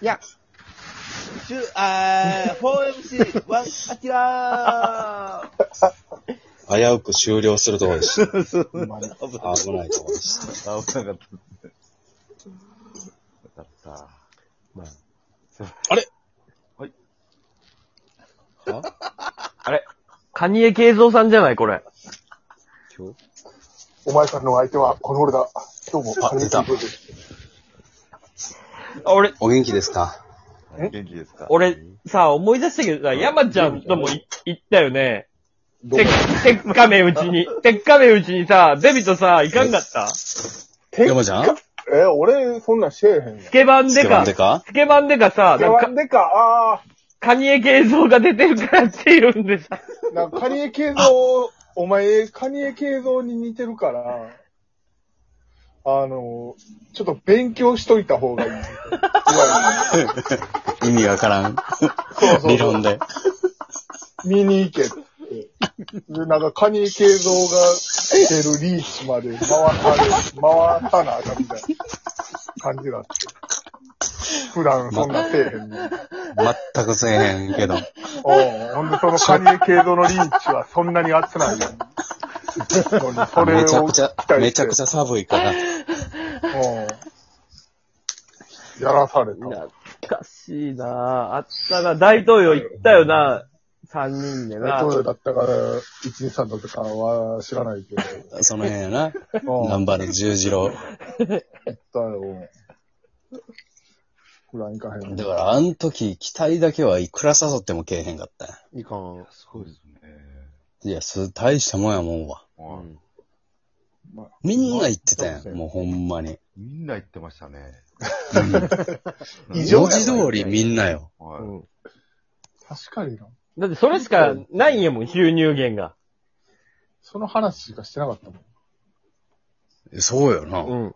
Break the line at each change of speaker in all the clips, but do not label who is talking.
いや、シュ、あー、4MC1 アキラ
危うく終了するところで した。
ーマジ危なかっ
危ないところでした。
た。危なかった。よかった。
まあ
あれ
はい。
は
あれカニエ慶三さんじゃないこれ。
今日
お前さんの相手はこの俺だ。今日も
あ出た
金持ちです
俺、
お元気ですか
え
元気ですか
俺、さ、思い出したけどさ、山ちゃんともい行ったよね。
どう
て
も、
てっかめうち に、てっかめうちにさ、デビとさ、いかんかったス
山ちゃん
え、俺、そんなんしてへんよ。
ケバン
ス
で
ケバ
か
ン、デカ
スケバンでかさ、なん
な
か
ん、でか、あ
カニエ慶三が出てるからっていうんでさ、
ー、なんか、カニエ慶三、お前、カニエ慶三に似てるから、あの、ちょっと勉強しといた方がいい。い や
意味わ からん。
そうそう
理
そ
論
う。
で。
見に行けって。で、なんか、カニエ慶三が出るリーチまで回され、回さなあかんみたいな感じだって。普段そんなせえへんのに。
全くせえへんけど。
おほんで、そのカニエ系度のリーチはそんなに熱ないよ。そ れ
め
を
ちゃくちゃ
期待して、
めちゃくちゃ寒いから。
うんやらされた。
懐かしいなぁ。あったな、大統領行ったよな、三人でな。
どうだったか、123だったかは知らないけど。
その辺やな。
うん
ナンバーの十字路。
だよ。フラインかへん。
だから、あの時、期待だけはいくら誘ってもけえへんかったんや
いかん。
すごいですね。
いや、す、大したもんやもんわ。
うん
みんな言ってたやん。もうほんまに。
みんな言ってましたね。
異常や
文
な
字通りみんなよ。
は
う
い
ん。
確かにな。
だってそれしかないんやもん、収入源が。
その話しかしてなかったもん。
そうよな。
うん。
うん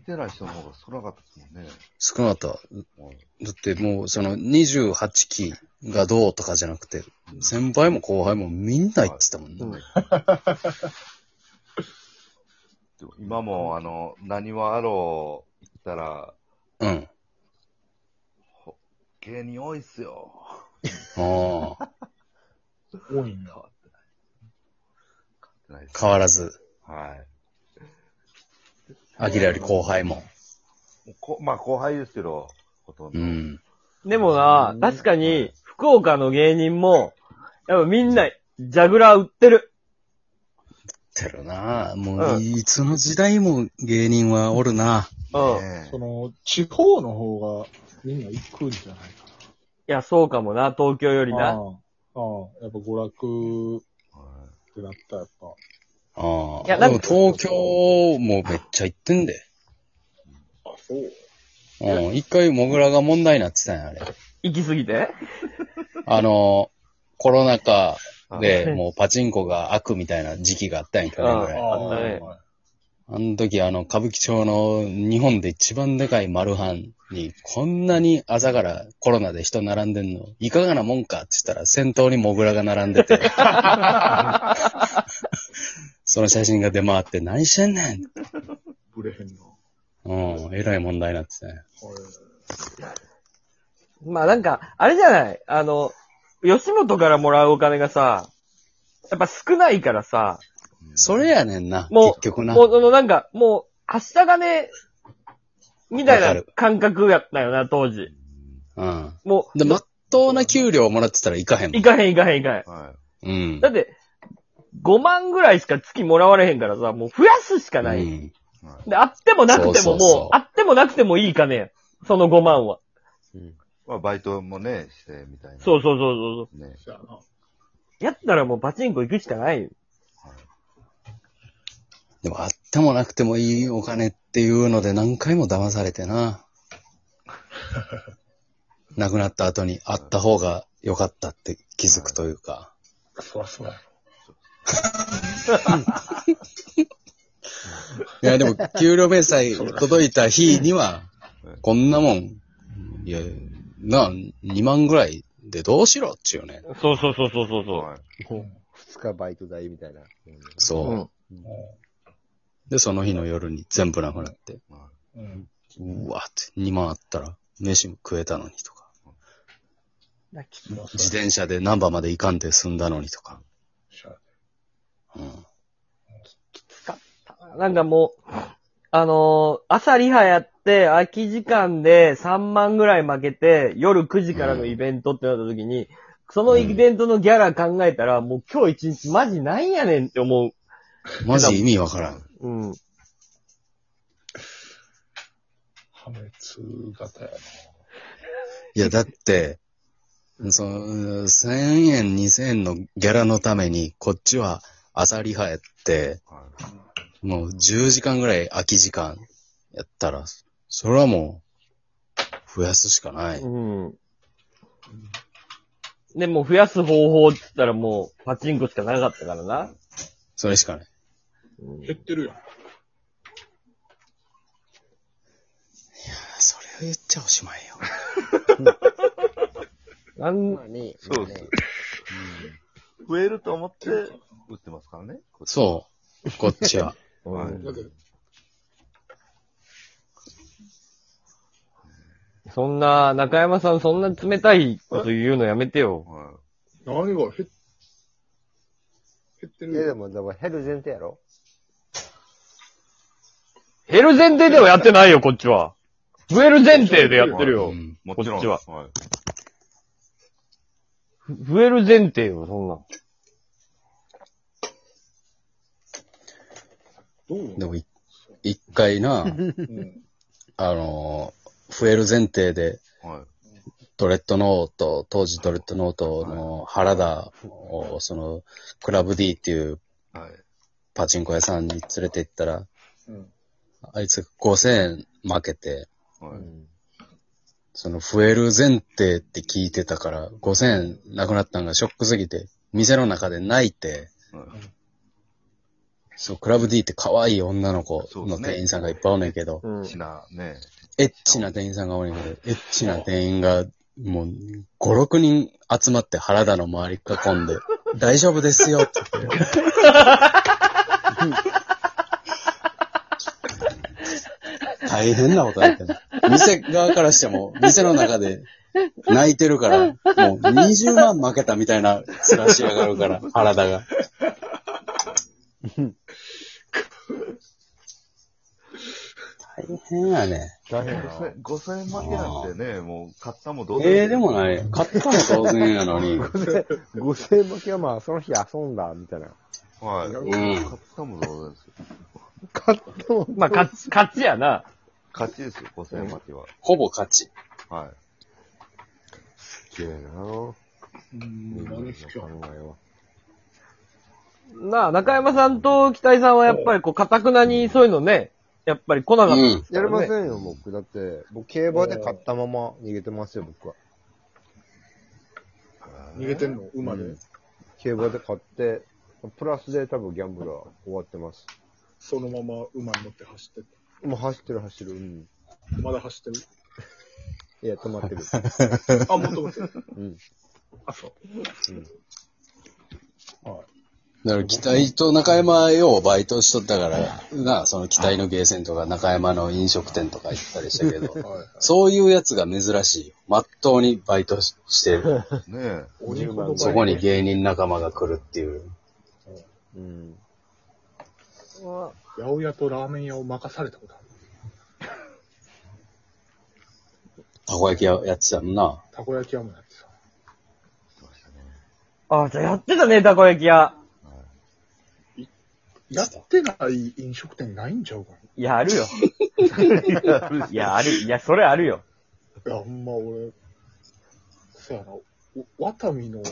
来てない人の方が少なかったですもんね。
少なかった。
はい
だってもう、その28期がどうとかじゃなくて、先輩も後輩もみんな言ってたもんね。
でも今も、あの、何はあろう、言ったら、
うん。
芸人多いっすよ。
ああ、
多いん
変わってない。
だ。
変わってないです。
変わらず、
は
アキラより後輩も。
い。もうこまあ、後輩ですけど、ほとん
う
ど。
ん。
でもな
う、ん
確かに、福岡の芸人も、やっぱみんな、ジャグラー売ってる。
てるなも
う
う、
ん
いつの時代も芸人はおるな
うん。い
ねえ
その、地方の方がみんな行くんじゃないか
や、そうかもな、東京より
な。ああ
な。、
やっぱ娯楽
は
ってなったらやっぱ。
あ
い
あ。
や
で
なん
も
か
東京もめっちゃ行ってんで。
あ、そう。
うん。一回、モグラが問題になってたんや、あれ。
行き過ぎて。
あの、コロナ禍
い
で、もうパチンコが悪みたいな時期があったんや、去年ぐらい。
あったね
あの時、あの、歌舞伎町の日本で一番でかいマルハンに、こんなに朝からコロナで人並んでんの、いかがなもんかって言ったら、先頭にモグラが並んで て、その写真が出回って、何してんねん
ブレへんの。
うん、えらい問題になってたね。
まあなんか、あれじゃないあの、吉本からもらうお金がさ、やっぱ少ないからさ、
それやねんな、
もう
結局な。
もう、そのなんか、もう、はした金、みた
わか
いな
る
感覚やったよな、当時。
うん。
も
で、まっとうな給料をもらってたら行かへん
う、
もん
行。かへん行かへん行かへん。
は
うん。
だって、5万ぐらいしか月もらわれへんからさ、もう増やすしかない。
うん
い。はい。
で、あってもなくて
そ
も
うそうそう
もう、あってもなくてもいい金や。その5万は。
まあ、バイトもね、して、みたいな。。
そうそうそうそう
ね。
じゃあな。
う。やったらもうパチンコ行くしかないよ。
でも、あってもなくてもいいお金っていうので何回も騙されて な。亡くなった後にあった方が良かったって気づくというか。
そらそうや。
いや、でも、給料明細届いた日には、こんなもん、いや、な、2万ぐらいでどうしろっちゅうね。
そうそうそうそうそうそ
はい。
二日バイト代みたいな。
そう。で、その日の夜に全部なくなって。
うん。
うわって、2万あったら、飯も食えたのにとか、
なき
まあ
自転車で難波まで行かんで済んだのにとか。うん。
きつかったな。なんかもう、あのー朝リハやって、空き時間で3万ぐらい負けて、夜9時からのイベントってなった時に、そのイベントのギャラ考えたら、もう今日一日マジなんやねんって思う。
マジ意味わからん。
うん。
破滅型や
いや、だって、その、1000円、2000円のギャラのために、こっちは朝リハやって、もう10時間ぐらい空き時間やったら、それはもう、増やすしかない。
うん。で、もう増やす方法って言ったらもう、パチンコしかなかったからな。
それしかない。
うん
な。減ってるやん。
それを言っちゃおしまいよ。
なん
まあね、
そうです
まあね
増えると思って、打ってますからね。
そう。こっちは。
はい
うん
だけど、
そんな、中山さんそんな冷たいこと言うのやめてよ。
は
何が減っ減ってる
いや、
や
で
ん。
も、でも減る前提やろ
減る前提ではやってないよ、こっちは。増える前提でやってる
う
よ。
ん。
い。もちろ
こ
ん。
っち
はい。
ふ増える前提よ、そんな。
どう
でもい、一回な、
うん
あのー増える前提で、
はい。
トレッドノート、当時トレッドノートの原田を、その、クラブ D っていう
はい。
パチンコ屋さんに連れて行ったら、
うん
あいつ5000円負けて、
はい。
その増える前提って聞いてたから、5000円なくなったのがショックすぎて、店の中で泣いて、
はい
そう、クラブ D って可愛い女の子
そうで
の
すね
店員さんがいっぱいおんねんけど、
うん。
しな、ね。
エッチな店員さんがおるんやけど、エッチな店員が、もう、5、6人集まって原田の周り囲んで、大丈夫ですよって言って。大変なことやってる。店側からしても、店の中で泣いてるから、もう20万負けたみたいな面し上がるから、原田が。大変やね。
大変だ
5000 5000円負けなんてね、もう、買ったもどう
ええでも
い。
ない。買ったの当然やのに。
5000負けはまあ、その日遊んだ、みたいな。
はい。
うん
買ったもどう然ですよ。
買っても、
まあ、勝ち、勝ちやな。
勝ちですよ、5000円負けは。
ほぼ勝ち。
はい。
きれいなぁ。
うん何しちゃう
考えは。
なあ、中山さんと北井さんはやっぱりこう、かたくなにそういうのね、やっぱり来なかった。
うん。
やれませんよ、僕。だって、僕、競馬で買ったまま逃げてますよ、僕は。
逃げてんの馬で、
うん競馬で買って、プラスで多分ギャンブルは終わってます。
そのまま馬に乗って走ってる。
もう走ってる走る。うん。
まだ走って
いや、止まってる。
る。あ、もっともっと。
うん。
あ、そう。
だから、期待と中山ようバイトしとったから、なあ、その期待のゲーセンとか中山の飲食店とか行ったりしたけど、
はい。
そういうやつが珍しいよ。まっとうにバイトしして、
ねえ。
お肉の
そこに芸人仲間が来るっていう。
うん。
八百屋とラーメン屋を任されたことある。
たこ焼きやってたもんな。
たこ焼き屋もやってた。
ああ、じゃあやってたね、たこ焼き屋。
やってない飲食店ないんちゃうか
いや、あるよ。い や、ある。いや、それあるよ。
ないや、ほんま俺、そやな、おワタミの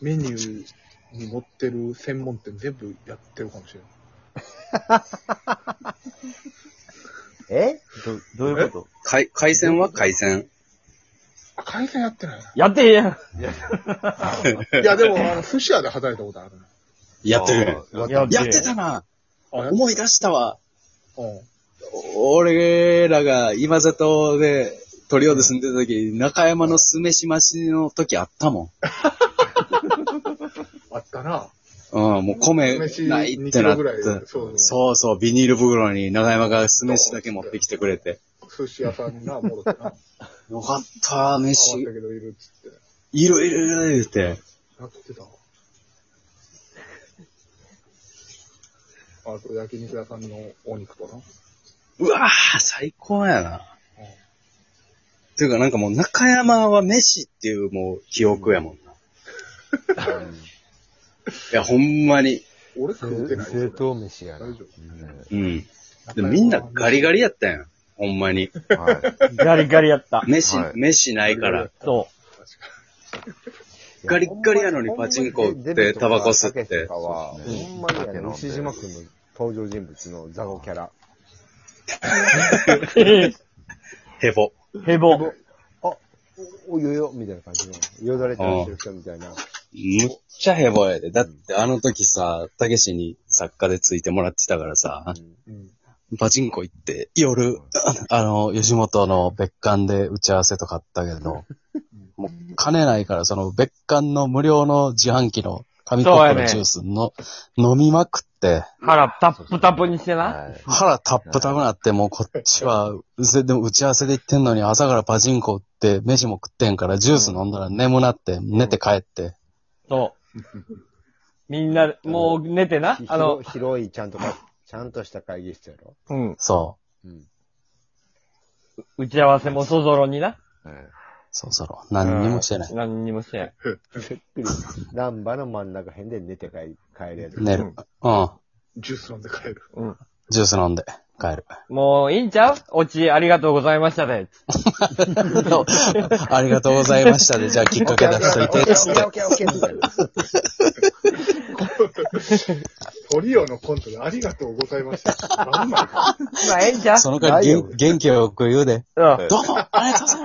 メニューに載ってる専門店全部やってるかもしれない。
え
ど、どういうこと
海、海鮮は海鮮。
あ、海鮮やってない
やってへんやん。
な。 いや、でも、あの、寿司屋で働いたことあるな。
やってる。
あー
や
やってたな
あ、やっ
思い出したわ。
うん。
俺らが今里で鳥尾で住んでた時、中山の酢飯増しの時あったも
あったな。
ん。うん、もう米ないってなっ
飯2キロぐらい
て。
そうそう
そうそう、ビニール袋に中山が酢飯だけ持ってきてくれて。
寿司屋さんにな、戻ってな。
よかった、
変わっ
飯
た。けどいるっつって。
いろいろいろ言うて。
やってたわ。あと、焼肉屋さんのお肉とな。
うわぁ、最高やな。ていうかなんかもう中山は飯っていうもう記憶やもんな。いや、ほんまに。
俺食うてない。
正当飯やな。
大丈夫
うん。でみんなガリガリやったやん。ほんまに。
う んはい
ガリガリやった。
飯、
はい
飯ないから。
そ
ガリッガリやのにパチンコ打ってタバコ吸って
デビとかは、
そうですね
ほんまにあ
酒飲ん
の、
で
牛島くんの登場人物のザゴキャラ。
う。
ヘボ。
ヘボ。
およよ、みたいな感じの。よだれ垂らしてる人みたいな。
むっちゃヘボやで。だってあの時さ、たけしに作家でついてもらってたからさ、パチンコ行って、夜、あの、吉本の別館で打ち合わせとかあったけど、もう金ないから、その別館の無料の自販機の紙コップのジュースの、飲みまくって、
腹タップタップにしてな。
はい。
腹タップタプなって、もうこっちは、でも打ち合わせで行ってんのに朝からパチンコ打って、飯も食ってんから、ジュース飲んだら眠なって、寝て帰って、
そう。みんな、もう寝てな。あ
あの、
の、
広い、ちゃんとか、ちゃんとした会議室やろ。
うん。
そう。
うん。
打ち合わせもそぞろにな。
そろそろ。何にもしてない。
何にもしてない。
ランバの真ん中辺で寝て帰り帰るやつ。
寝る。うん。
ジュース飲んで帰る。
うん。
ジュース飲んで帰る。
もういいんちゃうオチありがとうございましたで。
ありがとうございましたで、じゃあきっかけ出しといて、つって。
トリオのコントでありがとうございました。まんま
まあええんちゃう
その間、げん元気よく言うで。
うん。
どうもありがとうございました